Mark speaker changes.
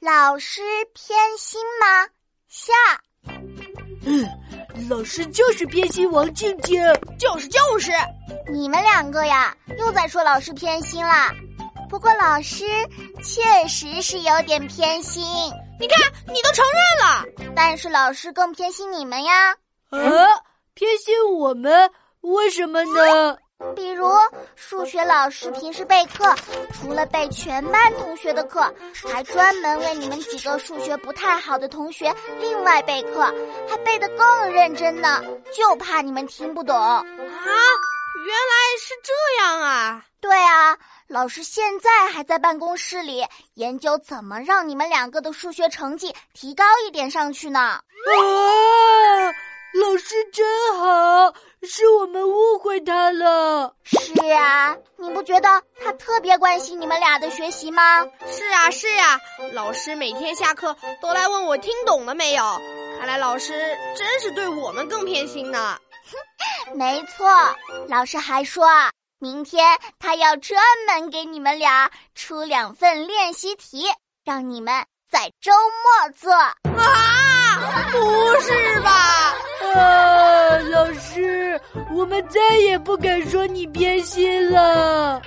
Speaker 1: 老师偏心吗？下，
Speaker 2: 老师就是偏心王静静，
Speaker 3: 啊
Speaker 2: 就是就是。
Speaker 1: 你们两个呀，又在说老师偏心啦。不过老师确实是有点偏心，
Speaker 2: 你看，你都承认了。
Speaker 1: 但是老师更偏心你们呀。
Speaker 2: 啊，偏心我们，为什么呢？
Speaker 1: 比如数学老师平时备课，除了备全班同学的课，还专门为你们几个数学不太好的同学另外备课，还备得更认真呢，就怕你们听不懂。
Speaker 3: 啊，原来是这样啊！
Speaker 1: 对啊，老师现在还在办公室里研究怎么让你们两个的数学成绩提高一点上去呢。
Speaker 2: 啊，老师真好，是我们误会他了。
Speaker 1: 是啊，你不觉得他特别关心你们俩的学习吗？
Speaker 3: 是啊，是啊，老师每天下课都来问我听懂了没有。看来老师真是对我们更偏心呢。
Speaker 1: 没错，老师还说啊，明天他要专门给你们俩出两份练习题，让你们在周末做。
Speaker 3: 啊，不是吧？
Speaker 2: 啊，老师，我们再也不敢说你偏心了。